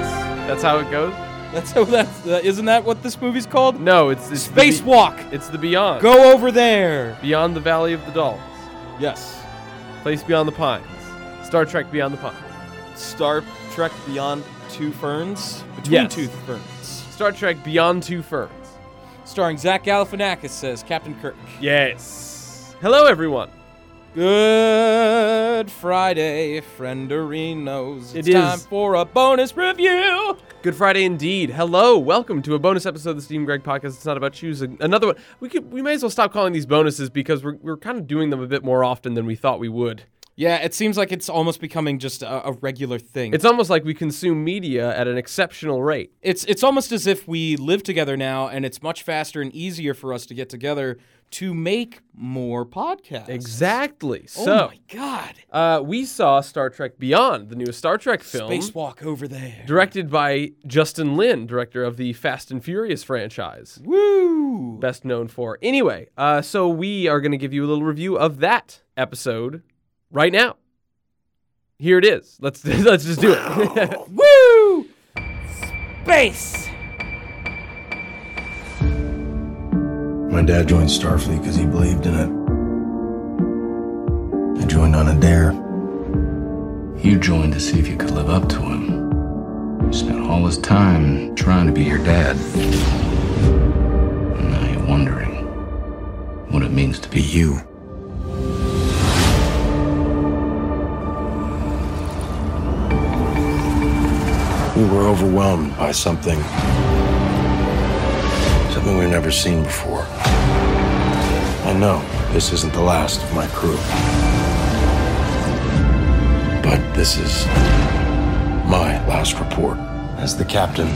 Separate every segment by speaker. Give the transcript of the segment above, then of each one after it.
Speaker 1: That's how it goes.
Speaker 2: That's how that's that, isn't that what this movie's called?
Speaker 1: No, it's it's the be-
Speaker 2: Spacewalk.
Speaker 1: It's the beyond.
Speaker 2: Go over there.
Speaker 1: beyond the Valley of the Dolls.
Speaker 2: Yes.
Speaker 1: Place Beyond the Pines. Star Trek Beyond the Pines.
Speaker 2: Star Trek Beyond Two Ferns. Between
Speaker 1: Yes.
Speaker 2: Two Ferns.
Speaker 1: Star Trek Beyond Two Ferns.
Speaker 2: Starring Zach Galifianakis as Captain Kirk.
Speaker 1: Yes. Hello, everyone.
Speaker 2: Good Friday, frienderinos. It's
Speaker 1: It is.
Speaker 2: time for a bonus review.
Speaker 1: Good Friday indeed. Hello, welcome to a bonus episode of the Steam Greg podcast. It's not about choosing another one. We could we may as well stop calling these bonuses because we're we're kind of doing them a bit more often than we thought we would.
Speaker 2: Yeah, it seems like it's almost becoming just a, a regular thing.
Speaker 1: It's almost like we consume media at an exceptional rate.
Speaker 2: it's it's almost as if we live together now and it's much faster and easier for us to get together to make more podcasts.
Speaker 1: Exactly.
Speaker 2: Oh
Speaker 1: So
Speaker 2: my god.
Speaker 1: uh, we saw Star Trek Beyond, the newest Star Trek film,
Speaker 2: Spacewalk over there.
Speaker 1: directed by Justin Lin, director of the Fast and Furious franchise,
Speaker 2: Woo!
Speaker 1: best known for. Anyway, uh, so we are going to give you a little review of that episode right now. Here it is. Let's let's just do it.
Speaker 2: Woo! Space.
Speaker 3: My dad joined Starfleet because he believed in it. I joined on a dare.
Speaker 4: You joined to see if you could live up to him. Spent all his time trying to be your dad. And now you're wondering what it means to be you.
Speaker 3: We were overwhelmed by something. Something we've never seen before. I know this isn't the last of my crew. But this is my last report as the captain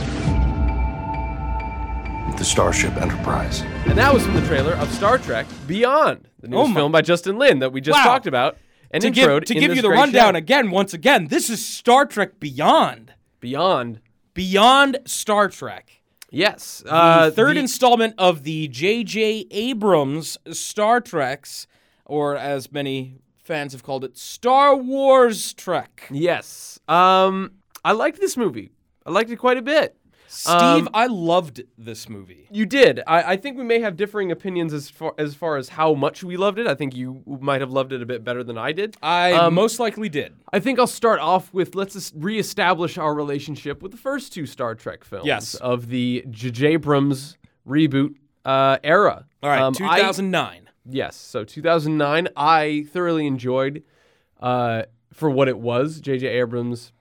Speaker 3: of the Starship Enterprise.
Speaker 1: And that was from the trailer of Star Trek Beyond, the newest
Speaker 2: Oh my-
Speaker 1: film by Justin Lin that we just
Speaker 2: Wow.
Speaker 1: talked about and
Speaker 2: To
Speaker 1: introed.
Speaker 2: give, to
Speaker 1: in
Speaker 2: give
Speaker 1: this
Speaker 2: you the
Speaker 1: great
Speaker 2: rundown
Speaker 1: show.
Speaker 2: again, once again, this is Star Trek Beyond.
Speaker 1: Beyond,
Speaker 2: Beyond Star Trek.
Speaker 1: yes,
Speaker 2: The
Speaker 1: uh,
Speaker 2: third
Speaker 1: the-
Speaker 2: installment of the J.J. Abrams Star Treks, or as many fans have called it, Star Wars Trek.
Speaker 1: yes. Um, I liked this movie. I liked it quite a bit.
Speaker 2: Steve,
Speaker 1: Um,
Speaker 2: I loved this movie.
Speaker 1: You did. I, I think we may have differing opinions as far as far as how much we loved it. I think you might have loved it a bit better than I did. Uh,
Speaker 2: I most likely did.
Speaker 1: I think I'll start off with let's es- reestablish our relationship with the first two Star Trek films
Speaker 2: Yes.
Speaker 1: of the J.J. Abrams reboot uh, era.
Speaker 2: All right,
Speaker 1: Um, I-
Speaker 2: 2009.
Speaker 1: yes, so 2009. I thoroughly enjoyed uh, for what it was J.J. Abrams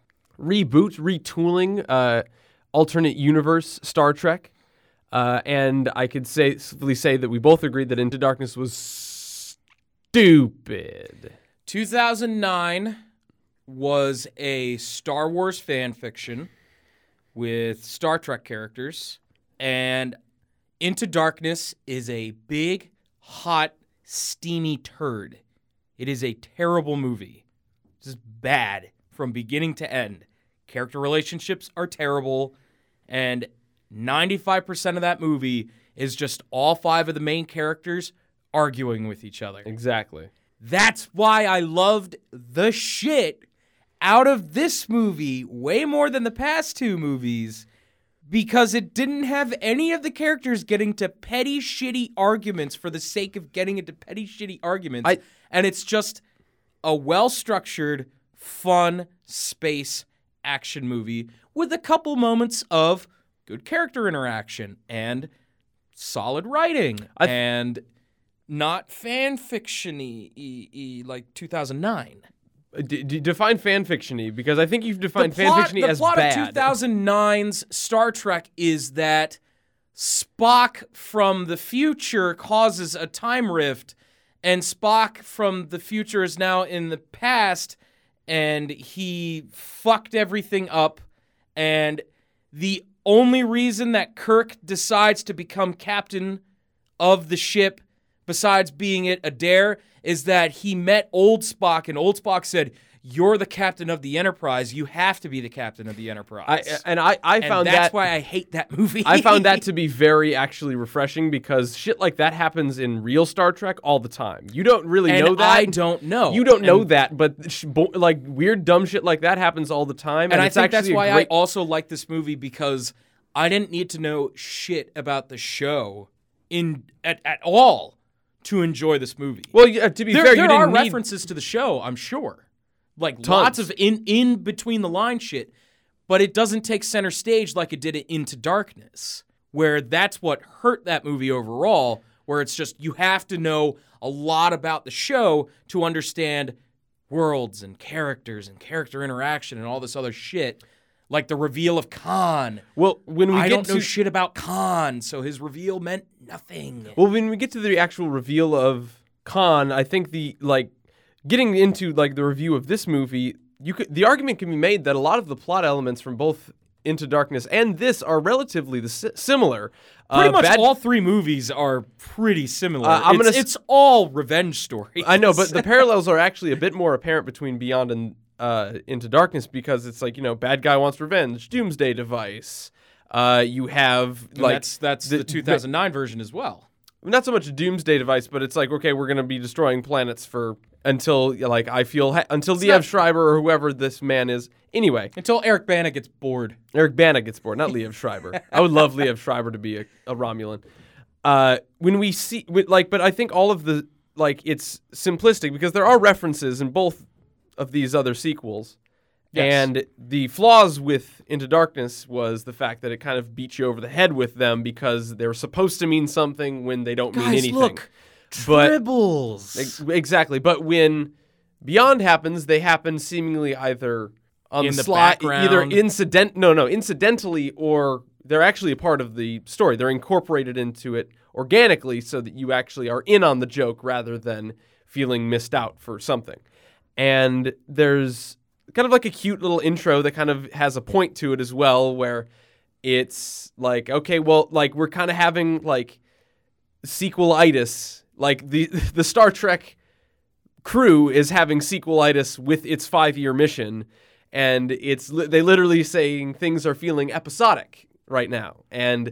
Speaker 1: reboot, retooling, uh, alternate universe Star Trek. Uh, and I could safely say that we both agreed that Into Darkness was stupid.
Speaker 2: 2009 was a Star Wars fan fiction with Star Trek characters, and Into Darkness is a big, hot, steamy turd. It is a terrible movie. Just bad from beginning to end. Character relationships are terrible, and 95% of that movie is just all five of the main characters arguing with each other.
Speaker 1: Exactly.
Speaker 2: That's why I loved the shit out of this movie way more than the past two movies because it didn't have any of the characters getting to petty, shitty arguments for the sake of getting into petty, shitty arguments.
Speaker 1: I-
Speaker 2: and it's just a well structured, fun space action movie with a couple moments of good character interaction and solid writing and not fan fictiony e, e, like 2009.
Speaker 1: Uh, D- d- define fan fictiony because I think you've
Speaker 2: The
Speaker 1: defined fan
Speaker 2: plot,
Speaker 1: fictiony
Speaker 2: the
Speaker 1: as
Speaker 2: plot
Speaker 1: bad.
Speaker 2: of 2009's Star Trek is that Spock from the future causes a time rift, and Spock from the future is now in the past, and he fucked everything up. And the only reason that Kirk decides to become captain of the ship, besides being it a dare, is that he met old Spock, and old Spock said, you're the captain of the Enterprise. You have to be the captain of the Enterprise.
Speaker 1: I and I I
Speaker 2: And
Speaker 1: found
Speaker 2: that's
Speaker 1: that
Speaker 2: why I hate that movie.
Speaker 1: I found that to be very actually refreshing because shit like that happens in real Star Trek all the time. You don't really
Speaker 2: And
Speaker 1: know that.
Speaker 2: I don't know.
Speaker 1: You don't know
Speaker 2: And-
Speaker 1: that, but sh- bo- like weird dumb shit like that happens all the time. And,
Speaker 2: and I
Speaker 1: it's
Speaker 2: think that's
Speaker 1: actually a
Speaker 2: why
Speaker 1: great-
Speaker 2: I also like this movie because I didn't need to know shit about the show in at, at all to enjoy this movie.
Speaker 1: well, yeah, to be
Speaker 2: there,
Speaker 1: fair,
Speaker 2: there
Speaker 1: you didn't
Speaker 2: are
Speaker 1: need-
Speaker 2: references to the show, I'm sure, like
Speaker 1: Tons.
Speaker 2: lots of in in between the line shit, but it doesn't take center stage like it did it Into Darkness, where that's what hurt that movie overall. Where it's just you have to know a lot about the show to understand worlds and characters and character interaction and all this other shit. Like the reveal of Khan.
Speaker 1: Well, when we
Speaker 2: I
Speaker 1: get
Speaker 2: don't
Speaker 1: to
Speaker 2: know shit about Khan, so his reveal meant nothing.
Speaker 1: Well, when we get to the actual reveal of Khan, I think the like getting into like the review of this movie, you could the argument can be made that a lot of the plot elements from both Into Darkness and this are relatively the si- similar.
Speaker 2: Pretty
Speaker 1: Uh,
Speaker 2: much
Speaker 1: Bad-
Speaker 2: all three movies are pretty similar.
Speaker 1: Uh, I'm
Speaker 2: it's,
Speaker 1: gonna s-
Speaker 2: it's all revenge stories.
Speaker 1: I know, but the parallels are actually a bit more apparent between Beyond and uh, Into Darkness because it's like you know, bad guy wants revenge, doomsday device. Uh, you have
Speaker 2: And
Speaker 1: like
Speaker 2: that's that's the, 2009 version as well.
Speaker 1: not so much a doomsday device, but it's like okay, we're gonna be destroying planets for until like I feel ha- until Liev
Speaker 2: not-
Speaker 1: Schreiber or whoever this man is. Anyway,
Speaker 2: Until Eric Bana gets bored.
Speaker 1: Eric Bana gets bored, not Liev Schreiber. I would love Liev Schreiber to be a, a Romulan. Uh, when we see wi- like, but I think all of the like it's simplistic because there are references in both of these other sequels.
Speaker 2: Yes.
Speaker 1: And the flaws with Into Darkness was the fact that it kind of beat you over the head with them because they're supposed to mean something when they don't mean anything. But-
Speaker 2: tribbles.
Speaker 1: Ex- Exactly. But when Beyond happens, they happen seemingly either on
Speaker 2: In
Speaker 1: the,
Speaker 2: the
Speaker 1: sly, either
Speaker 2: background.
Speaker 1: incident, no, no, incidentally, or they're actually a part of the story. They're incorporated into it organically, so that you actually are in on the joke rather than feeling missed out for something. And there's kind of like a cute little intro that kind of has a point to it as well, where it's like, okay, well, like we're kind of having like sequelitis. Like the the Star Trek crew is having sequelitis with its five year mission, and it's li- they literally saying things are feeling episodic right now, and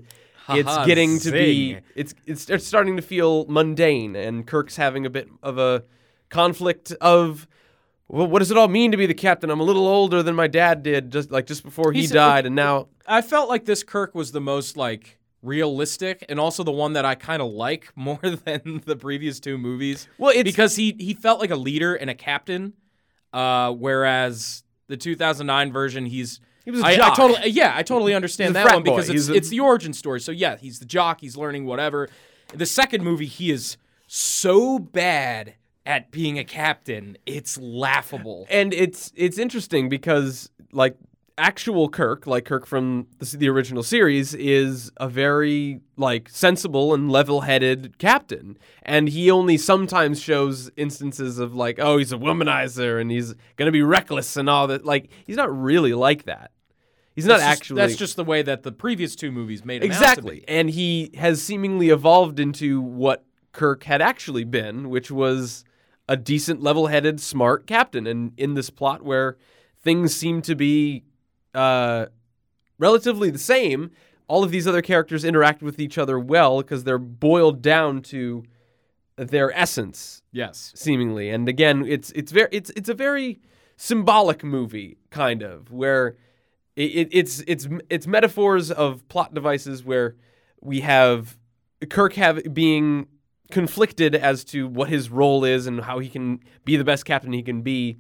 Speaker 1: it's
Speaker 2: Haha,
Speaker 1: getting to be
Speaker 2: zing.
Speaker 1: it's, it's it's starting to feel mundane, and Kirk's having a bit of a conflict of. Well, what does it all mean to be the captain? I'm a little older than my dad did, just like just before he
Speaker 2: He's- uh,
Speaker 1: died, and now
Speaker 2: I felt like this Kirk was the most like realistic and also the one that I kind of like more than the previous two movies.
Speaker 1: Well, it's-
Speaker 2: because he he felt like a leader and a captain, uh, whereas the 2009 version he's
Speaker 1: He was a
Speaker 2: I- I
Speaker 1: jock.
Speaker 2: totally yeah I totally
Speaker 1: a
Speaker 2: understand that
Speaker 1: frat
Speaker 2: one
Speaker 1: boy.
Speaker 2: because it's
Speaker 1: He's a-
Speaker 2: it's the origin story. So yeah, he's the jock. He's learning whatever. The second movie, he is so bad at being a captain, it's laughable.
Speaker 1: and it's it's interesting because like actual Kirk, like Kirk from the, s- the original series, is a very like sensible and level-headed captain, and he only sometimes shows instances of like, oh, he's a womanizer and he's gonna be reckless and all that. Like he's not really like that. He's not
Speaker 2: That's just-
Speaker 1: actually.
Speaker 2: that's just the way that the previous two movies made him out to
Speaker 1: Exactly.
Speaker 2: be.
Speaker 1: And he has seemingly evolved into what Kirk had actually been, which was a decent, level headed, smart captain. And in this plot where things seem to be uh, relatively the same, all of these other characters interact with each other well because they're boiled down to their essence
Speaker 2: Yes.
Speaker 1: seemingly. And again, it's it's very it's it's a very symbolic movie kind of where it, it, it's it's it's metaphors of plot devices where we have Kirk have being conflicted as to what his role is and how he can be the best captain he can be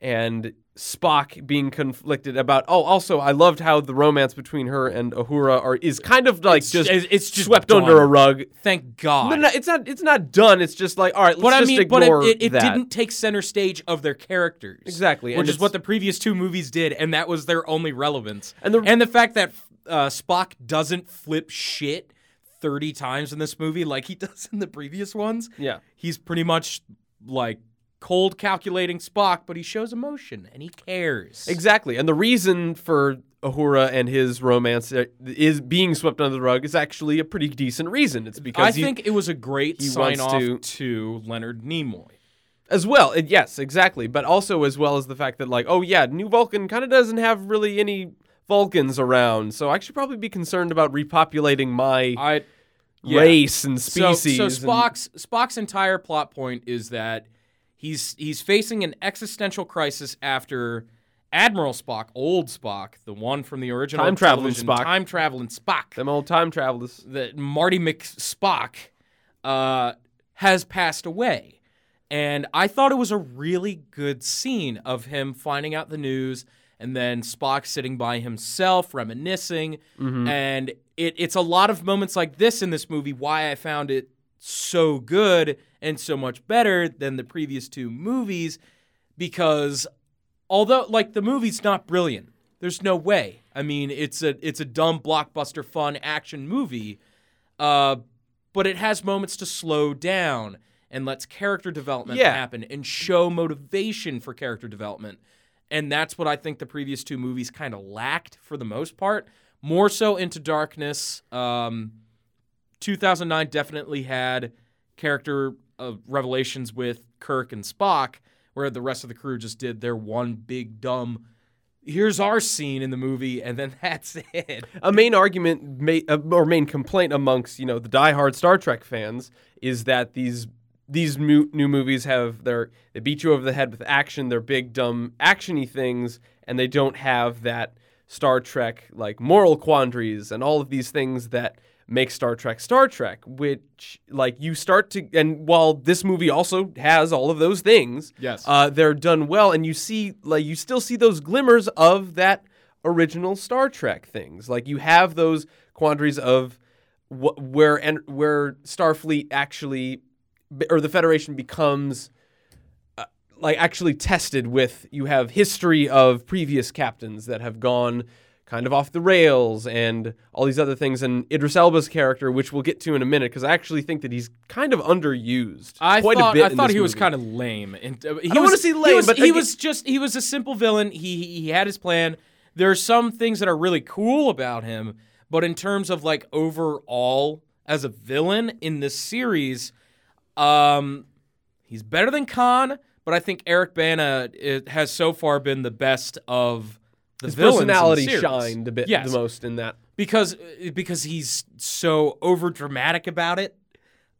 Speaker 1: and Spock being conflicted about oh also I loved how the romance between her and Uhura are is kind of like just
Speaker 2: it's- it's just
Speaker 1: swept under
Speaker 2: done.
Speaker 1: a rug
Speaker 2: Thank God.
Speaker 1: no, no, it's not. It's not done. It's just like all right. Let's
Speaker 2: but I
Speaker 1: just
Speaker 2: mean, but
Speaker 1: ignore
Speaker 2: it, it, it
Speaker 1: that.
Speaker 2: didn't take center stage of their characters.
Speaker 1: Exactly, and
Speaker 2: Which is
Speaker 1: it's-
Speaker 2: what the previous two movies did, and that was their only relevance.
Speaker 1: And the-
Speaker 2: fact that uh, Spock doesn't flip shit 30 times in this movie like he does in the previous ones.
Speaker 1: Yeah.
Speaker 2: He's pretty much like cold calculating Spock, but he shows emotion and he cares.
Speaker 1: Exactly, and the reason for Ahura and his romance uh, is being swept under the rug is actually a pretty decent reason. It's because
Speaker 2: I
Speaker 1: he-
Speaker 2: think it was a great
Speaker 1: he
Speaker 2: sign
Speaker 1: wants
Speaker 2: off
Speaker 1: to-
Speaker 2: to Leonard Nimoy
Speaker 1: As well, and yes, exactly. But also as well as the fact that like, oh yeah, New Vulcan kind of doesn't have really any Vulcans around, so I should probably be concerned about repopulating my
Speaker 2: I yeah.
Speaker 1: race and
Speaker 2: So-
Speaker 1: species.
Speaker 2: So,
Speaker 1: and-
Speaker 2: Spock's Spock's entire plot point is that he's he's facing an existential crisis after Admiral Spock, old Spock, the one from the original
Speaker 1: Time traveling
Speaker 2: television,
Speaker 1: Spock.
Speaker 2: time traveling Spock,
Speaker 1: them old time travelers.
Speaker 2: that Marty McSpock uh, has passed away. And I thought it was a really good scene of him finding out the news and then Spock sitting by himself reminiscing. And it, it's a lot of moments like this in this movie why I found it so good and so much better than the previous two movies because although like the movie's not brilliant there's no way i mean it's a it's a dumb blockbuster fun action movie uh, but it has moments to slow down and lets character development
Speaker 1: Yeah.
Speaker 2: happen and show motivation for character development and that's what i think the previous two movies kind of lacked for the most part more so into darkness um, 2009 definitely had character uh, revelations with Kirk and Spock, where the rest of the crew just did their one big dumb. Here's our scene in the movie, and then that's it.
Speaker 1: a main argument ma- uh, or main complaint amongst you know the diehard Star Trek fans is that these these mu- new movies have their they beat you over the head with action, they're big dumb actiony things, and they don't have that Star Trek like moral quandaries and all of these things that make Star Trek Star Trek, which like you start to and while this movie also has all of those things,
Speaker 2: Yes.
Speaker 1: uh, they're done well, and you see like you still see those glimmers of that original Star Trek things. Like you have those quandaries of wh- where and where Starfleet actually be- or the Federation becomes uh, like actually tested with you have history of previous captains that have gone kind of off the rails and all these other things and Idris Elba's character which we'll get to in a minute cuz I actually think that he's kind of underused
Speaker 2: I
Speaker 1: quite
Speaker 2: thought
Speaker 1: a bit
Speaker 2: I
Speaker 1: in
Speaker 2: thought
Speaker 1: this
Speaker 2: he was
Speaker 1: movie.
Speaker 2: kind of lame. And uh, he
Speaker 1: don't
Speaker 2: was-
Speaker 1: wanna say
Speaker 2: he
Speaker 1: lame,
Speaker 2: was-
Speaker 1: but
Speaker 2: he
Speaker 1: again-
Speaker 2: was just he was a simple villain. He he he had his plan. There are some things that are really cool about him, but in terms of like overall as a villain in this series, um, he's better than Khan. But I think Eric Bana uh, it, has so far been the best of the
Speaker 1: his
Speaker 2: villains in the
Speaker 1: personality
Speaker 2: series.
Speaker 1: shined a bit
Speaker 2: Yes,
Speaker 1: the most in that
Speaker 2: because uh, because he's so over dramatic about it.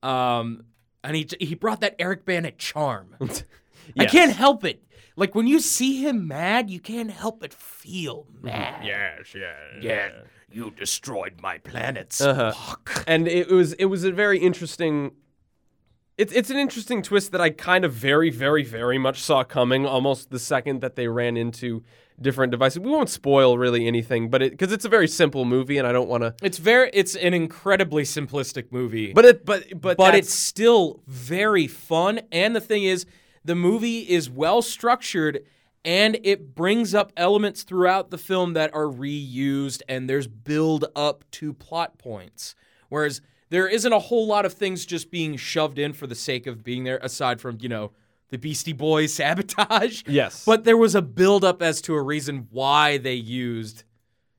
Speaker 2: Um, and he he brought that Eric Bana charm. I
Speaker 1: Yes.
Speaker 2: can't help it. Like when you see him mad, you can't help but feel mad.
Speaker 1: Yes, yeah.
Speaker 2: Mm-hmm. Yeah, Uh-huh. you destroyed my planets.
Speaker 1: And it was it was a very interesting it's it's an interesting twist that I kind of very very very much saw coming almost the second that they ran into different devices. We won't spoil really anything, but it cuz it's a very simple movie and I don't want to
Speaker 2: It's very it's an incredibly simplistic movie.
Speaker 1: But it but but
Speaker 2: but
Speaker 1: that's-
Speaker 2: it's still very fun. And the thing is, the movie is well structured and it brings up elements throughout the film that are reused and there's build up to plot points. Whereas there isn't a whole lot of things just being shoved in for the sake of being there, aside from, you know, the Beastie Boys sabotage.
Speaker 1: Yes.
Speaker 2: But there was a build up as to a reason why they used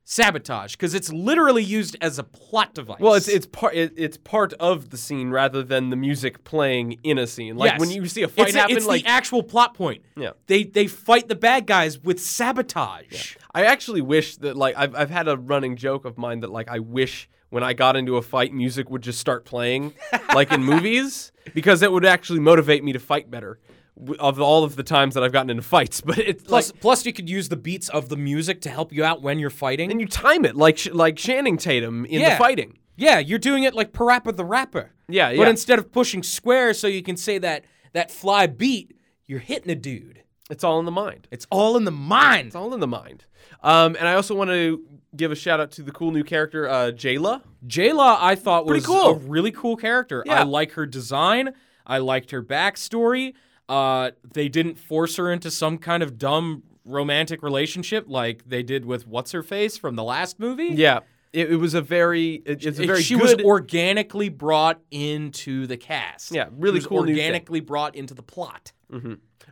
Speaker 2: sabotage because it's literally used as a plot device.
Speaker 1: well, it's it's part it, it's part of the scene rather than the music playing in a scene. Like
Speaker 2: Yes.
Speaker 1: when you see a fight
Speaker 2: it's,
Speaker 1: happen,
Speaker 2: it's
Speaker 1: like
Speaker 2: the actual plot point.
Speaker 1: Yeah.
Speaker 2: They they fight the bad guys with sabotage.
Speaker 1: I actually wish that like I've I've had a running joke of mine that like I wish when I got into a fight music would just start playing like in movies because it would actually motivate me to fight better w- of all of the times that I've gotten into fights but it's
Speaker 2: Plus,
Speaker 1: like
Speaker 2: plus you could use the beats of the music to help you out when you're fighting.
Speaker 1: and you time it like sh- like Channing Tatum in the
Speaker 2: Yeah.
Speaker 1: fighting.
Speaker 2: yeah, you're doing it like Parappa the Rapper.
Speaker 1: Yeah,
Speaker 2: But
Speaker 1: yeah.
Speaker 2: instead of pushing square so you can say that that fly beat, you're hitting a dude.
Speaker 1: It's all in the mind.
Speaker 2: It's all in the mind.
Speaker 1: It's all in the mind. Um, and I also want to give a shout out to the cool new character uh, Jayla.
Speaker 2: Jayla, I thought was
Speaker 1: cool.
Speaker 2: a really cool character.
Speaker 1: Yeah.
Speaker 2: I like her design. I liked her backstory. Uh, they didn't force her into some kind of dumb romantic relationship like they did with what's her face from the last movie.
Speaker 1: Yeah, it, it was a very it- it's a
Speaker 2: It-
Speaker 1: very
Speaker 2: she
Speaker 1: good
Speaker 2: was organically brought into the cast.
Speaker 1: Yeah, really
Speaker 2: She was
Speaker 1: cool new thing.
Speaker 2: Organically brought into the plot.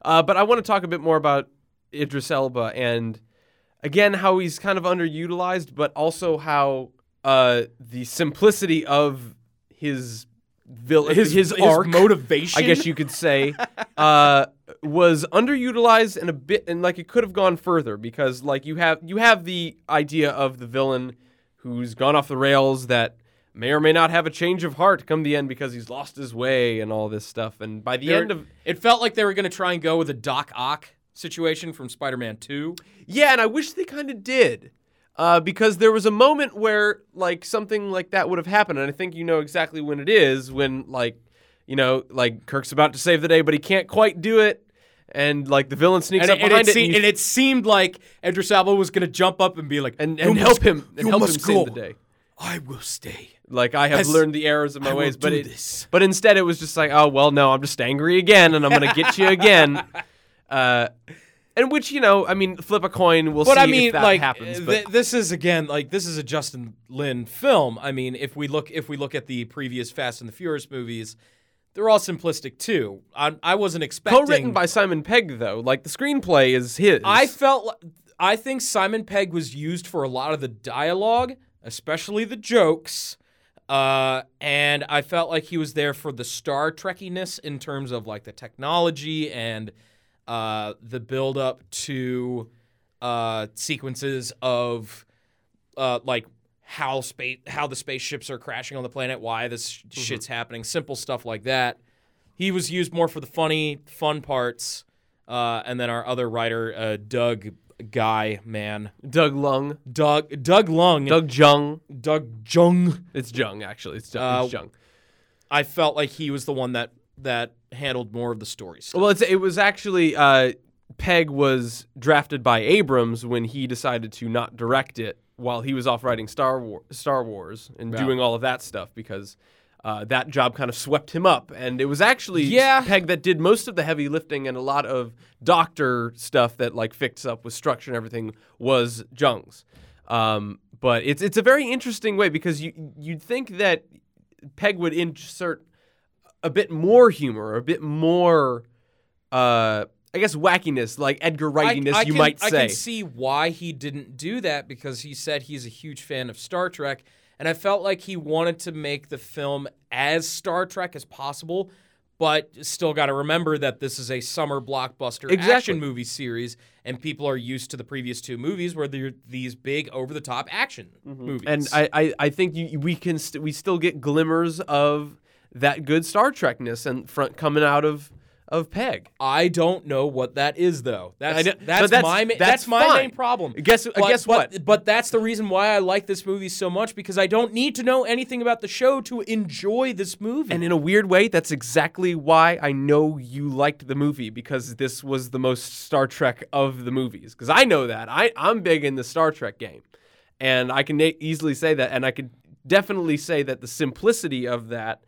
Speaker 1: Uh, but I want to talk a bit more about Idris Elba and again how he's kind of underutilized, but also how uh, the simplicity of his vil- his, his arc,
Speaker 2: motivation.
Speaker 1: I guess you could say, uh, was underutilized and a bit, and like it could have gone further because like you have you have the idea of the villain who's gone off the rails that may or may not have a change of heart come the end because he's lost his way and all this stuff. And by the
Speaker 2: They were-
Speaker 1: end of
Speaker 2: it felt like they were going to try and go with a Doc Ock situation from Spider-Man Two.
Speaker 1: Yeah, and I wish they kind of did. Uh, because there was a moment where like something like that would have happened, and I think you know exactly when it is. When like, you know, like Kirk's about to save the day, but he can't quite do it, and like the villain sneaks
Speaker 2: And,
Speaker 1: up
Speaker 2: it, and,
Speaker 1: behind
Speaker 2: it,
Speaker 1: it, and,
Speaker 2: seemed,
Speaker 1: you-
Speaker 2: and it seemed like Andrew Salvo was going to jump up and be like,
Speaker 1: and,
Speaker 2: "You
Speaker 1: and
Speaker 2: must-
Speaker 1: help him, and
Speaker 2: you
Speaker 1: help him
Speaker 2: must
Speaker 1: save the
Speaker 2: go.
Speaker 1: day.
Speaker 2: I will stay.
Speaker 1: Like I have
Speaker 2: As-
Speaker 1: learned the errors of my
Speaker 2: I will
Speaker 1: ways, but
Speaker 2: do
Speaker 1: it,
Speaker 2: this.
Speaker 1: but instead it was just like, oh well, no, I'm just angry again, and I'm gonna get you again. Uh, and which you know, I mean, flip a coin, we'll
Speaker 2: But
Speaker 1: see
Speaker 2: I mean,
Speaker 1: if that
Speaker 2: like, uh,
Speaker 1: happens. But
Speaker 2: th- this is again like this is a Justin Lin film. I mean, if we look if we look at the previous Fast and the Furious movies, they're all simplistic too. I, I wasn't expecting
Speaker 1: co-written by Simon Pegg, though, like the screenplay is his.
Speaker 2: I felt li- I think Simon Pegg was used for a lot of the dialogue, especially the jokes. Uh, and I felt like he was there for the Star Trekkiness in terms of like the technology and uh, the build up to uh, sequences of uh, like how space how the spaceships are crashing on the planet, why this sh- shit's happening, simple stuff like that. He was used more for the funny, fun parts, uh, and then our other writer, uh, Doug Guy Man,
Speaker 1: Doug Lung,
Speaker 2: Doug Doug Lung,
Speaker 1: Doug Jung.
Speaker 2: Doug Jung.
Speaker 1: It's Jung actually. It's Doug it's
Speaker 2: Uh,
Speaker 1: Jung.
Speaker 2: I felt like he was the one that that handled more of the stories.
Speaker 1: Well, it's, it was actually uh, Pegg was drafted by Abrams when he decided to not direct it while he was off writing Star War- Star Wars and doing all of that stuff because. Uh, that job kind of swept him up, and it was actually
Speaker 2: Yeah.
Speaker 1: Pegg that did most of the heavy lifting, and a lot of doctor stuff that like fixed up with structure and everything was Jung's. Um, but it's it's a very interesting way because you you'd think that Peg would insert a bit more humor, a bit more, uh, I guess, wackiness, like Edgar Wrightiness, you
Speaker 2: can,
Speaker 1: might
Speaker 2: I
Speaker 1: say.
Speaker 2: can see why he didn't do that because he said he's a huge fan of Star Trek, and I felt like he wanted to make the film as Star Trek as possible, but still got to remember that this is a summer blockbuster
Speaker 1: Exactly.
Speaker 2: action movie series, and people are used to the previous two movies where they're these big over the top action movies.
Speaker 1: Mm-hmm. and I, I, I think you, we can st- we still get glimmers of that good Star Trekness and front coming out of of Peg.
Speaker 2: I don't know what that is though. That's
Speaker 1: know-
Speaker 2: that's,
Speaker 1: but that's-
Speaker 2: my ma-
Speaker 1: that's
Speaker 2: that's, my
Speaker 1: fine.
Speaker 2: main problem.
Speaker 1: Guess- uh,
Speaker 2: but,
Speaker 1: guess
Speaker 2: but-
Speaker 1: what?
Speaker 2: But that's the reason why I like this movie so much because I don't need to know anything about the show to enjoy this movie.
Speaker 1: And in a weird way, that's exactly why I know you liked the movie because this was the most Star Trek of the movies. Because I know that I I'm big in the Star Trek game, and I can na- easily say that, and I could definitely say that the simplicity of that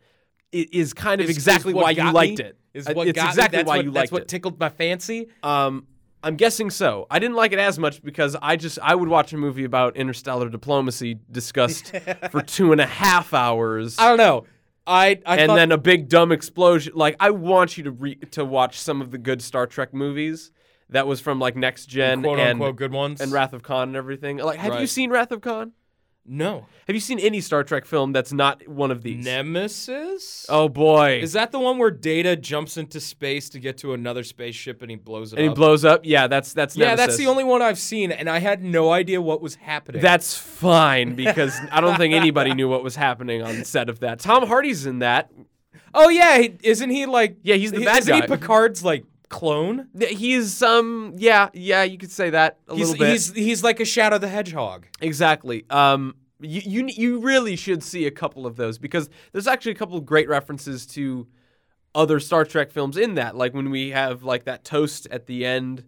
Speaker 1: i- is kind of
Speaker 2: Is- is
Speaker 1: exactly
Speaker 2: what
Speaker 1: why you
Speaker 2: got
Speaker 1: liked
Speaker 2: me-
Speaker 1: it.
Speaker 2: Is
Speaker 1: Uh,
Speaker 2: what
Speaker 1: it's
Speaker 2: got me.
Speaker 1: exactly
Speaker 2: That's
Speaker 1: why
Speaker 2: what-
Speaker 1: you
Speaker 2: That's
Speaker 1: liked
Speaker 2: what
Speaker 1: it.
Speaker 2: tickled my fancy.
Speaker 1: Um, I'm guessing so. I didn't like it as much because I just I would watch a movie about interstellar diplomacy discussed for two and a half hours
Speaker 2: I don't know. I I
Speaker 1: and
Speaker 2: thought,
Speaker 1: then a big dumb explosion. Like I want you to re- to watch some of the good Star Trek movies that was from like Next Gen
Speaker 2: quote
Speaker 1: and
Speaker 2: unquote good ones
Speaker 1: and Wrath of Khan and everything. Like, have you
Speaker 2: Right.
Speaker 1: seen Wrath of Khan?
Speaker 2: No
Speaker 1: Have you seen any Star Trek film that's not one of these?
Speaker 2: Nemesis.
Speaker 1: Oh boy.
Speaker 2: Is that the one where Data jumps into space to get to another spaceship and he blows it
Speaker 1: and he
Speaker 2: up?
Speaker 1: blows up. Yeah, that's that's
Speaker 2: yeah, that's
Speaker 1: Nemesis.
Speaker 2: the only one I've seen, and I had no idea what was happening.
Speaker 1: That's fine because I don't think anybody knew what was happening on set of that. Tom Hardy's in that.
Speaker 2: Oh yeah, he- isn't he like?
Speaker 1: Yeah, he's the
Speaker 2: he-
Speaker 1: bad
Speaker 2: isn't
Speaker 1: guy.
Speaker 2: he Picard's like clone?
Speaker 1: Th- He is some um, yeah, yeah, you could say that a
Speaker 2: He's
Speaker 1: little bit.
Speaker 2: he's he's like a Shadow the Hedgehog.
Speaker 1: Exactly. Um, you, you you really should see a couple of those because there's actually a couple of great references to other Star Trek films in that, like when we have like that toast at the end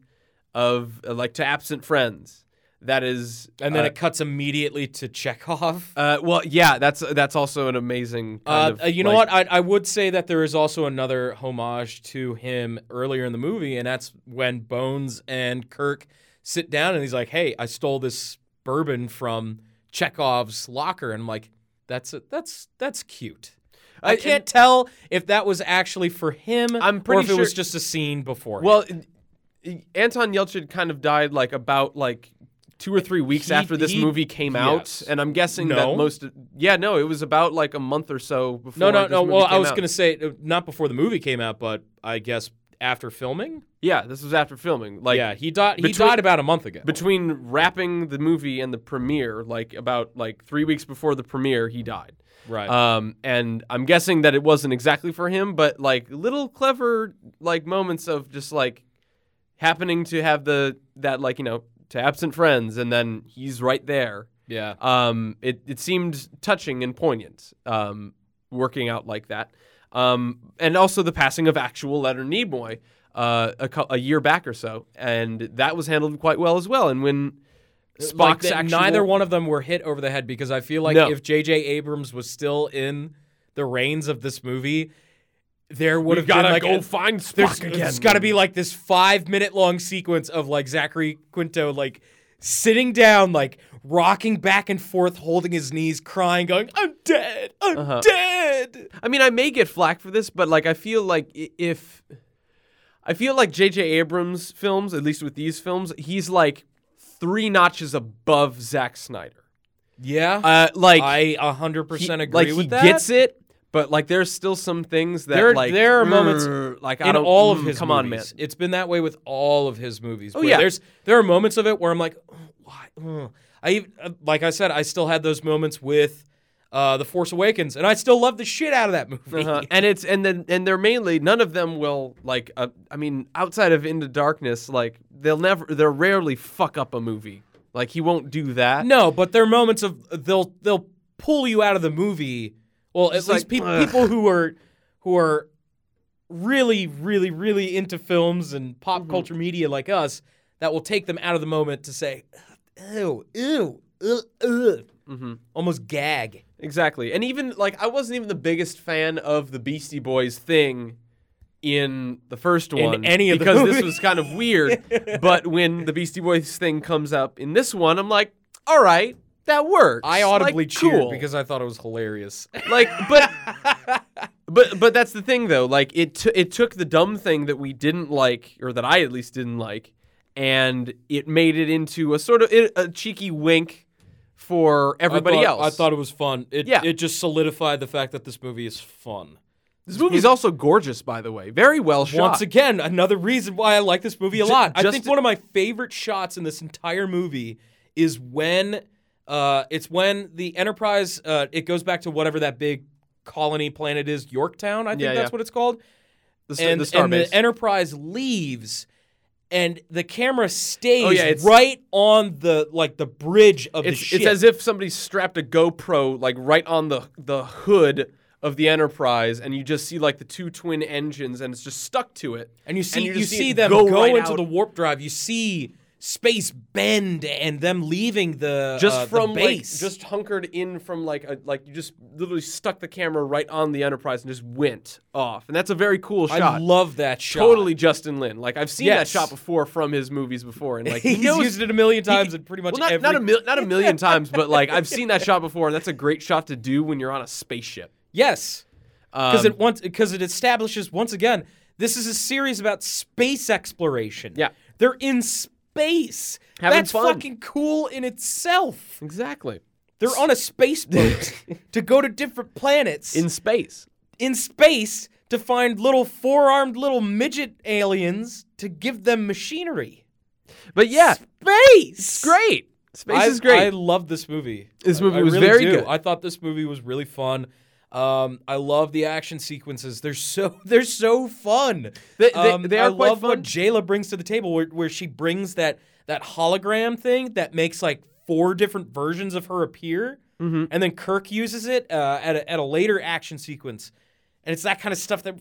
Speaker 1: of uh, like to absent friends. That is,
Speaker 2: And then
Speaker 1: uh,
Speaker 2: it cuts immediately to Chekhov.
Speaker 1: uh, well, yeah, that's that's also an amazing.
Speaker 2: Uh,
Speaker 1: Kind
Speaker 2: uh,
Speaker 1: of,
Speaker 2: you know
Speaker 1: like-
Speaker 2: what? I, I would say that there is also another homage to him earlier in the movie, and that's when Bones and Kirk sit down and he's like, "Hey, I stole this bourbon from Chekhov's locker," and I'm like, "That's a, that's that's cute." I,
Speaker 1: I-
Speaker 2: can't tell if that was actually for him
Speaker 1: I'm
Speaker 2: or
Speaker 1: pretty
Speaker 2: if it was
Speaker 1: sure-
Speaker 2: just a scene before.
Speaker 1: Well, it- it- Anton Yelchin kind of died like about like two or three weeks
Speaker 2: He-
Speaker 1: after this
Speaker 2: he-
Speaker 1: movie came
Speaker 2: yes.
Speaker 1: out, and I'm guessing
Speaker 2: No.
Speaker 1: that most. Yeah, no, it was about like a month or so before.
Speaker 2: No, no,
Speaker 1: this
Speaker 2: no.
Speaker 1: movie
Speaker 2: Well, I
Speaker 1: came
Speaker 2: was
Speaker 1: out.
Speaker 2: gonna say uh, not before the movie came out, but I guess after filming.
Speaker 1: Yeah, this was after filming. Like,
Speaker 2: yeah, he died. He
Speaker 1: between-
Speaker 2: died about a month ago.
Speaker 1: between wrapping the movie and the premiere, like about like three weeks before the premiere, he died.
Speaker 2: right.
Speaker 1: Um, and I'm guessing that it wasn't exactly for him, but like little clever like moments of just like happening to have the that like you know to absent friends, and then he's right there.
Speaker 2: yeah.
Speaker 1: Um, it it seemed touching and poignant. Um, working out like that, um, and also the passing of actual Leonard Nimoy, uh, a, cou- a year back or so, and that was handled quite well as well. And when Spock's
Speaker 2: Uh, Like that
Speaker 1: actual-
Speaker 2: neither one of them were hit over the head because I feel like
Speaker 1: No.
Speaker 2: if J.J. Abrams was still in the reins of this movie, there would
Speaker 1: We've
Speaker 2: have
Speaker 1: gotta
Speaker 2: been like
Speaker 1: go
Speaker 2: a-
Speaker 1: find Spock
Speaker 2: there's,
Speaker 1: again.
Speaker 2: There's got to be like this five minute long sequence of like Zachary Quinto like sitting down, like rocking back and forth, holding his knees, crying, going, "I'm dead, I'm
Speaker 1: Uh-huh.
Speaker 2: dead."
Speaker 1: I mean, I may get flack for this, but like, I feel like i- if I feel like J.J. Abrams' films, at least with these films, he's like three notches above Zack Snyder.
Speaker 2: Yeah,
Speaker 1: Uh, like,
Speaker 2: I a hundred percent
Speaker 1: he,
Speaker 2: agree
Speaker 1: like
Speaker 2: with
Speaker 1: he
Speaker 2: that.
Speaker 1: gets it, but like, there's still some things that
Speaker 2: There-
Speaker 1: like
Speaker 2: there are moments
Speaker 1: "Grr," like I
Speaker 2: in
Speaker 1: don't-
Speaker 2: all of
Speaker 1: mm,
Speaker 2: his
Speaker 1: come on, man.
Speaker 2: movies. It's been that way with all of his movies. Oh
Speaker 1: yeah.
Speaker 2: there's there are moments of it where I'm like, oh, why? oh." I even- uh, like I said, I still had those moments with uh, the Force Awakens, and I still love the shit out of that movie.
Speaker 1: Uh-huh. and it's and then and they're mainly none of them will like uh, I mean outside of Into Darkness like they'll never they'll rarely fuck up a movie like he won't do that
Speaker 2: No, but there are moments of they'll they'll pull you out of the movie. Well, at
Speaker 1: It's
Speaker 2: least
Speaker 1: like,
Speaker 2: peop
Speaker 1: ugh.
Speaker 2: people who are who are really, really, really into films and pop
Speaker 1: Mm-hmm.
Speaker 2: culture media like us that will take them out of the moment to say, "Ew, ew, ugh, ugh,"
Speaker 1: Mm-hmm.
Speaker 2: almost gag.
Speaker 1: Exactly. And even like I wasn't even the biggest fan of the Beastie Boys thing in the first one
Speaker 2: any of the
Speaker 1: because this
Speaker 2: movies.
Speaker 1: was kind of weird. but when the Beastie Boys thing comes up in this one, I'm like, "All right, that works."
Speaker 2: I audibly
Speaker 1: like,
Speaker 2: cheered
Speaker 1: cool.
Speaker 2: because I thought it was hilarious.
Speaker 1: like but but but that's the thing though. Like it t- it took the dumb thing that we didn't like or that I at least didn't like and it made it into a sort of a cheeky wink for everybody
Speaker 2: I thought,
Speaker 1: else.
Speaker 2: I thought it was fun. It,
Speaker 1: Yeah.
Speaker 2: it just solidified the fact that this movie is fun.
Speaker 1: This movie's also gorgeous, by the way. Very well shot.
Speaker 2: Once again, another reason why I like this movie a
Speaker 1: Ju-
Speaker 2: lot. I
Speaker 1: just-
Speaker 2: think one of my favorite shots in this entire movie is when uh, it's when the Enterprise uh, it goes back to whatever that big colony planet is, Yorktown. I think
Speaker 1: Yeah, yeah.
Speaker 2: that's what it's called.
Speaker 1: the, s-
Speaker 2: And
Speaker 1: the star
Speaker 2: and
Speaker 1: base.
Speaker 2: the Enterprise leaves. And the camera stays
Speaker 1: Oh, yeah, it's-
Speaker 2: right on the like the bridge of the
Speaker 1: it's,
Speaker 2: ship.
Speaker 1: it's as if somebody strapped a GoPro like right on the the hood of the Enterprise, and you just see like the two twin engines, and it's just stuck to it.
Speaker 2: And you see, you,
Speaker 1: just
Speaker 2: see,
Speaker 1: it
Speaker 2: them go,
Speaker 1: right
Speaker 2: into
Speaker 1: out
Speaker 2: the warp drive. You see space bend and them leaving the
Speaker 1: just
Speaker 2: uh, the
Speaker 1: from
Speaker 2: base.
Speaker 1: like just hunkered in from like a, like you just literally stuck the camera right on the Enterprise and just went off, and that's a very cool shot.
Speaker 2: I love that shot.
Speaker 1: Totally Justin Lin. Like I've seen that
Speaker 2: Yes.
Speaker 1: shot before from his movies before, and like he
Speaker 2: He's
Speaker 1: knows
Speaker 2: used it a million times in pretty much
Speaker 1: Well, not,
Speaker 2: every.
Speaker 1: not a mil- not a million times, but like I've seen that shot before, and that's a great shot to do when you're on a spaceship.
Speaker 2: yes, because
Speaker 1: Um,
Speaker 2: it once because it establishes once again this is a series about space exploration.
Speaker 1: Yeah.
Speaker 2: they're in space.
Speaker 1: Having
Speaker 2: That's
Speaker 1: fun.
Speaker 2: fucking cool in itself.
Speaker 1: Exactly.
Speaker 2: They're on a space boat to go to different planets
Speaker 1: In space.
Speaker 2: in space to find little four-armed little midget aliens to give them machinery.
Speaker 1: But yeah,
Speaker 2: Space.
Speaker 1: great. Space
Speaker 2: I,
Speaker 1: is great.
Speaker 2: I love this movie.
Speaker 1: This
Speaker 2: I-
Speaker 1: movie
Speaker 2: I
Speaker 1: was
Speaker 2: really
Speaker 1: very
Speaker 2: do.
Speaker 1: good.
Speaker 2: I thought this movie was really fun. Um, I love the action sequences. They're so they're so fun.
Speaker 1: They- they-
Speaker 2: Um,
Speaker 1: they are
Speaker 2: I
Speaker 1: quite
Speaker 2: love
Speaker 1: fun.
Speaker 2: what Jayla brings to the table, where, where she brings that that hologram thing that makes like four different versions of her appear,
Speaker 1: Mm-hmm.
Speaker 2: and then Kirk uses it uh, at a, at a later action sequence, and it's that kind of stuff that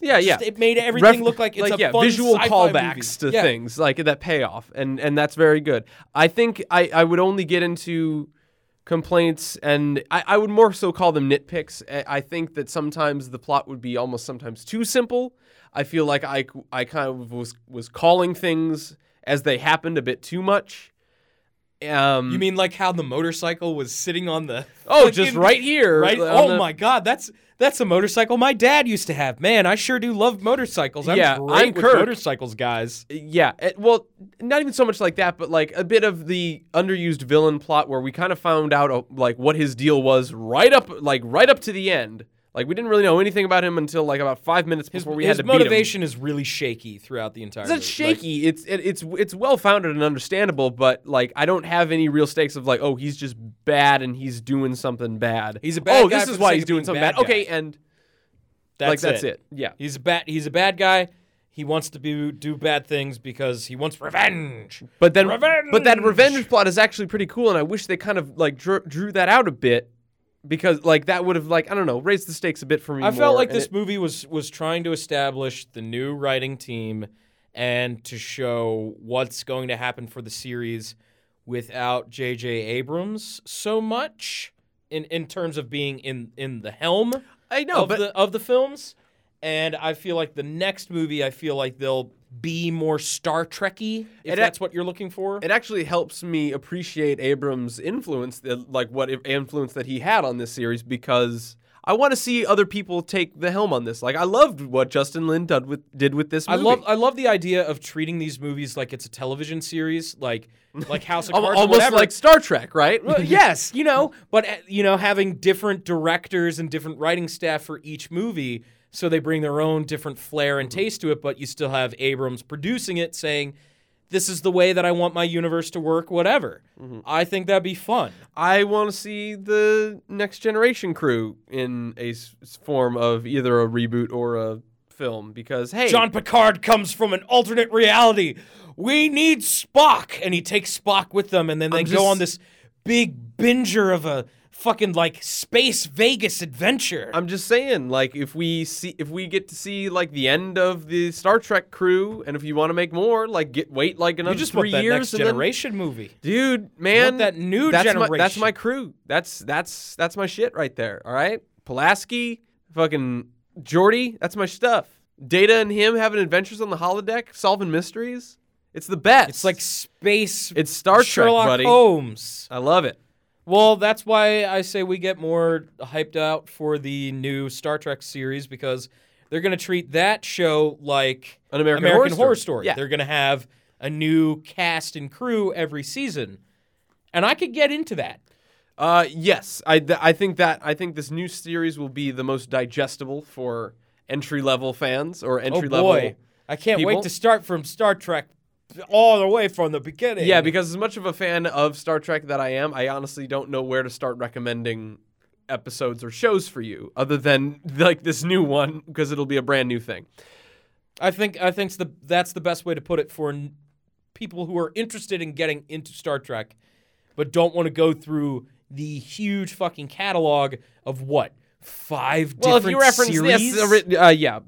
Speaker 1: yeah, yeah.
Speaker 2: just- it made everything
Speaker 1: Ref-
Speaker 2: look like it's a
Speaker 1: yeah,
Speaker 2: fun
Speaker 1: visual
Speaker 2: sci-fi
Speaker 1: callbacks
Speaker 2: movie.
Speaker 1: to
Speaker 2: Yeah.
Speaker 1: things like that payoff, and and that's very good. I think I I would only get into complaints, and I, I would more so call them nitpicks. I, I think that sometimes the plot would be almost sometimes too simple. I feel like I c- I kind of was was calling things as they happened a bit too much. Um,
Speaker 2: You mean like how the motorcycle was sitting on the
Speaker 1: Oh, just
Speaker 2: fucking-
Speaker 1: right here,
Speaker 2: Right?
Speaker 1: on
Speaker 2: Oh
Speaker 1: the-
Speaker 2: my god, that's that's a motorcycle my dad used to have. Man, I sure do love motorcycles. I'm
Speaker 1: Yeah,
Speaker 2: great
Speaker 1: I'm
Speaker 2: with
Speaker 1: Kirk.
Speaker 2: motorcycles, guys.
Speaker 1: yeah eh, well not even so much like that but like a bit of the underused villain plot where we kind of found out uh, like what his deal was right up like right up to the end like we didn't really know anything about him until like about five minutes before we
Speaker 2: His
Speaker 1: had to beat him.
Speaker 2: motivation is really shaky throughout the entire.
Speaker 1: It's not
Speaker 2: movie. Like,
Speaker 1: shaky. it's it, it's it's well founded and understandable, but like I don't have any real stakes of like, oh, he's just bad and he's doing something bad.
Speaker 2: He's a bad
Speaker 1: Oh,
Speaker 2: guy
Speaker 1: this
Speaker 2: for
Speaker 1: is
Speaker 2: the
Speaker 1: why
Speaker 2: sake
Speaker 1: he's
Speaker 2: of
Speaker 1: doing
Speaker 2: being
Speaker 1: something
Speaker 2: bad
Speaker 1: bad. Okay,
Speaker 2: guy.
Speaker 1: and
Speaker 2: that's
Speaker 1: like that's it. Yeah.
Speaker 2: He's a bad. He's a bad guy. He wants to be, do bad things because he wants revenge.
Speaker 1: But then,
Speaker 2: Revenge!
Speaker 1: but that revenge plot is actually pretty cool, and I wish they kind of like drew, drew that out a bit because like that would have like I don't know raised the stakes a bit for me.
Speaker 2: I felt
Speaker 1: more,
Speaker 2: like
Speaker 1: and
Speaker 2: this
Speaker 1: it-
Speaker 2: movie was was trying to establish the new writing team and to show what's going to happen for the series without J.J. Abrams so much in in terms of being in in the helm
Speaker 1: I know,
Speaker 2: of
Speaker 1: but
Speaker 2: the of the films. And I feel like the next movie, I feel like they'll be more Star Trekky
Speaker 1: It
Speaker 2: if
Speaker 1: ac-
Speaker 2: that's what you're looking for.
Speaker 1: it actually helps me appreciate Abrams' influence, the, like what i- influence that he had on this series, because I want to see other people take the helm on this. Like I loved what Justin Lin did with did with this.
Speaker 2: I
Speaker 1: Movie.
Speaker 2: love I love the idea of treating these movies like it's a television series, like like House of
Speaker 1: Al-
Speaker 2: Cards, or
Speaker 1: almost
Speaker 2: whatever.
Speaker 1: like Star Trek, right?
Speaker 2: Well, yes, you know, but uh, you know, having different directors and different writing staff for each movie, so they bring their own different flair and taste to it. But you still have Abrams producing it, saying, "This is the way that I want my universe to work." Whatever, I think that'd be fun.
Speaker 1: I want to see the next generation crew in a s- form of either a reboot or a film because hey,
Speaker 2: John Picard comes from an alternate reality. We need Spock, and he takes Spock with them, and then they
Speaker 1: I'm
Speaker 2: go
Speaker 1: just-
Speaker 2: on this big binger of a fucking like space Vegas adventure.
Speaker 1: I'm just saying, like, if we see, if we get to see like the end of the Star Trek crew, and if you want to make more, like, get wait like another
Speaker 2: you just
Speaker 1: three
Speaker 2: want that
Speaker 1: years.
Speaker 2: next
Speaker 1: and then-
Speaker 2: generation movie.
Speaker 1: dude, man,
Speaker 2: that new
Speaker 1: that's My, that's
Speaker 2: generation.
Speaker 1: my crew. That's that's that's my shit right there. All right, Pulaski, fucking Jordy, that's my stuff. Data and him having adventures on the holodeck, solving mysteries. It's the best.
Speaker 2: It's like space.
Speaker 1: It's Star Trek,
Speaker 2: Sherlock
Speaker 1: buddy.
Speaker 2: Holmes.
Speaker 1: I love it.
Speaker 2: Well, that's why I say we get more hyped out for the new Star Trek series because they're going to treat that show like
Speaker 1: An American Horror Story. Yeah.
Speaker 2: They're going to have a new cast and crew every season, and I could get into that.
Speaker 1: Uh, yes, I, th- I think that I think this new series will be the most digestible for entry level fans or
Speaker 2: Oh
Speaker 1: entry level.
Speaker 2: boy, I can't
Speaker 1: people.
Speaker 2: wait to start from Star Trek all the way from the beginning.
Speaker 1: Yeah, because as much of a fan of Star Trek that I am, I honestly don't know where to start recommending episodes or shows for you other than like this new one because it'll be a brand new thing.
Speaker 2: I think I think the that's the best way to put it for n- people who are interested in getting into Star Trek, but don't want to go through the huge fucking catalog of what five
Speaker 1: Well, if
Speaker 2: different
Speaker 1: you reference
Speaker 2: series.
Speaker 1: this, uh, ri- uh, yeah,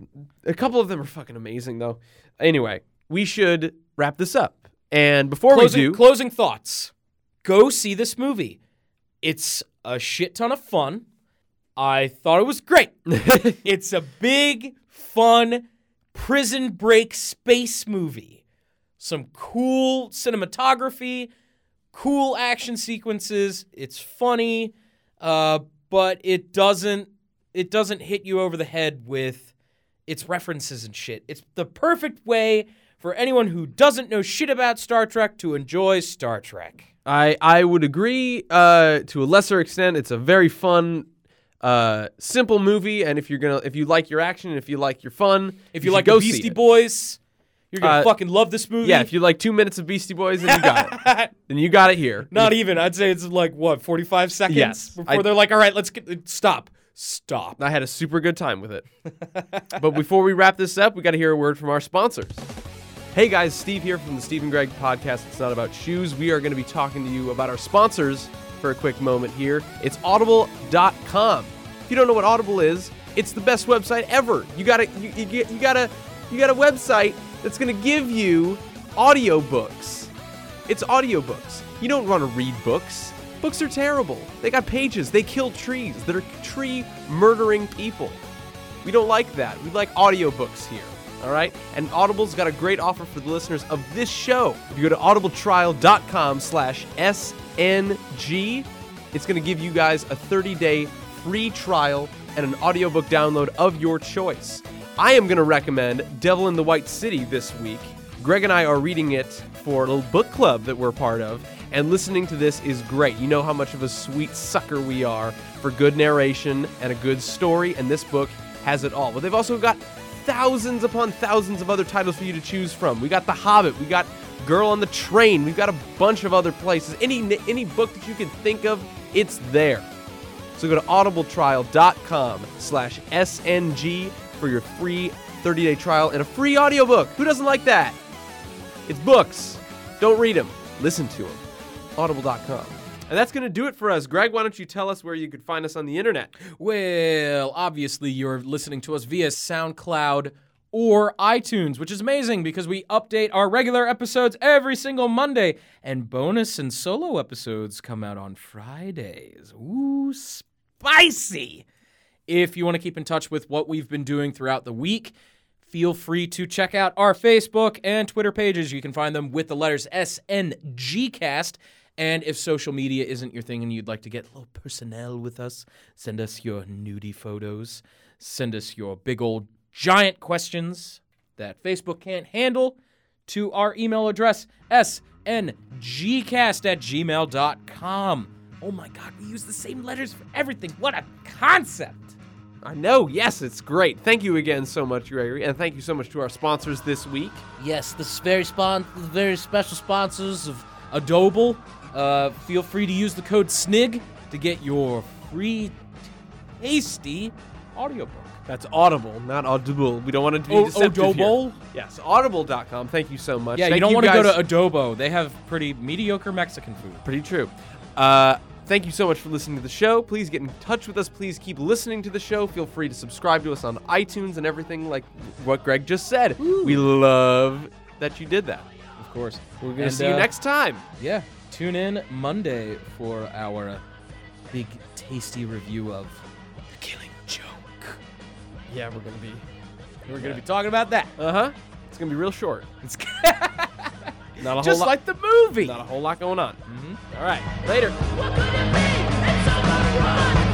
Speaker 1: a couple of them are fucking amazing though. Anyway, we should wrap this up. And before
Speaker 2: closing,
Speaker 1: we do,
Speaker 2: closing thoughts. Go see this movie. It's a shit ton of fun. I thought it was great. it's a big, fun prison break space movie. Some cool cinematography, cool action sequences. It's funny, uh, but it doesn't it doesn't hit you over the head with its references and shit. It's the perfect way for anyone who doesn't know shit about Star Trek to enjoy Star Trek.
Speaker 1: I I would agree uh, to a lesser extent. It's a very fun, uh, simple movie, and if you're gonna if you like your action, if you like your fun,
Speaker 2: If you, like
Speaker 1: should go
Speaker 2: the
Speaker 1: see
Speaker 2: Beastie
Speaker 1: it.
Speaker 2: Boys, you're gonna
Speaker 1: Uh,
Speaker 2: fucking love this movie.
Speaker 1: yeah. If you like two minutes of Beastie Boys, then you got it. then you got it here.
Speaker 2: Not even. I'd say it's like what, 45 seconds
Speaker 1: Yes.
Speaker 2: before
Speaker 1: I-
Speaker 2: they're like, "All right, let's get stop. Stop."
Speaker 1: I had a super good time with it. but before we wrap this up, we got to hear a word from our sponsors. Hey guys, Steve here from the Steve and Greg podcast. It's not about shoes. We are going to be talking to you about our sponsors for a quick moment here. It's audible.com. If you don't know what Audible is, it's the best website ever. You got to you, you, get- you got to you got a website that's going to give you audiobooks. It's audiobooks. You don't want to read books. Books are terrible. They got pages. They kill trees. They're tree murdering people. We don't like that. We like audiobooks here. All right? And Audible's got a great offer for the listeners of this show. If you go to audibletrial.com slash SNG, it's going to give you guys a 30-day free trial and an audiobook download of your choice. I am going to recommend Devil in the White City this week. Greg and I are reading it for a little book club that we're part of, and listening to this is great. You know how much of a sweet sucker we are for good narration and a good story, and this book has it all. But they've also got thousands upon thousands of other titles for you to choose from. We got The Hobbit, we got Girl on the Train, we've got a bunch of other places. Any any book that you can think of, it's there. So go to audibletrial.com slash SNG for your free 30-day trial and a free audiobook. Who doesn't like that? It's books. Don't read them. Listen to them. Audible.com. And that's going to do it for us. Greg, why don't you tell us where you could find us on the internet?
Speaker 2: Well, obviously, you're listening to us via SoundCloud or iTunes, which is amazing because we update our regular episodes every single Monday, and bonus and solo episodes come out on Fridays. Ooh, spicy! If you want to keep in touch with what we've been doing throughout the week, feel free to check out our Facebook and Twitter pages. You can find them with the letters SNGcast. And if social media isn't your thing and you'd like to get a little personnel with us, send us your nudie photos, send us your big old giant questions that Facebook can't handle to our email address, sngcast at gmail.com. Oh my God, we use the same letters for everything. What a concept!
Speaker 1: I know. Yes, it's great. Thank you again so much, Gregory, and thank you so much to our sponsors this week.
Speaker 2: Yes, this very spon- very special sponsors of Adobe. Uh, feel free to use the code SNIG to get your free tasty audiobook.
Speaker 1: That's Audible, not Audible. We don't want it to be
Speaker 2: O-
Speaker 1: deceptive
Speaker 2: Audible?
Speaker 1: here. Yes, audible.com. Thank you so much.
Speaker 2: Yeah, you
Speaker 1: Thank
Speaker 2: don't want to go
Speaker 1: guys-
Speaker 2: to Adobo. They have pretty mediocre Mexican food.
Speaker 1: Pretty true. Uh, thank you so much for listening to the show. Please get in touch with us. Please keep listening to the show. Feel free to subscribe to us on iTunes and everything like what Greg just said. We love that you did that.
Speaker 2: Of course.
Speaker 1: We're going to see you
Speaker 2: uh,
Speaker 1: next time.
Speaker 2: Yeah, tune in Monday for our uh, big tasty review of The Killing Joke.
Speaker 1: Yeah, we're going to be.
Speaker 2: We're going to be talking about that.
Speaker 1: Uh huh. It's going to be real short.
Speaker 2: It's
Speaker 1: Not a whole
Speaker 2: just
Speaker 1: lot.
Speaker 2: like the movie.
Speaker 1: not a whole lot going on. All Mm-hmm. right. Later.
Speaker 5: What could it be? It's so much fun.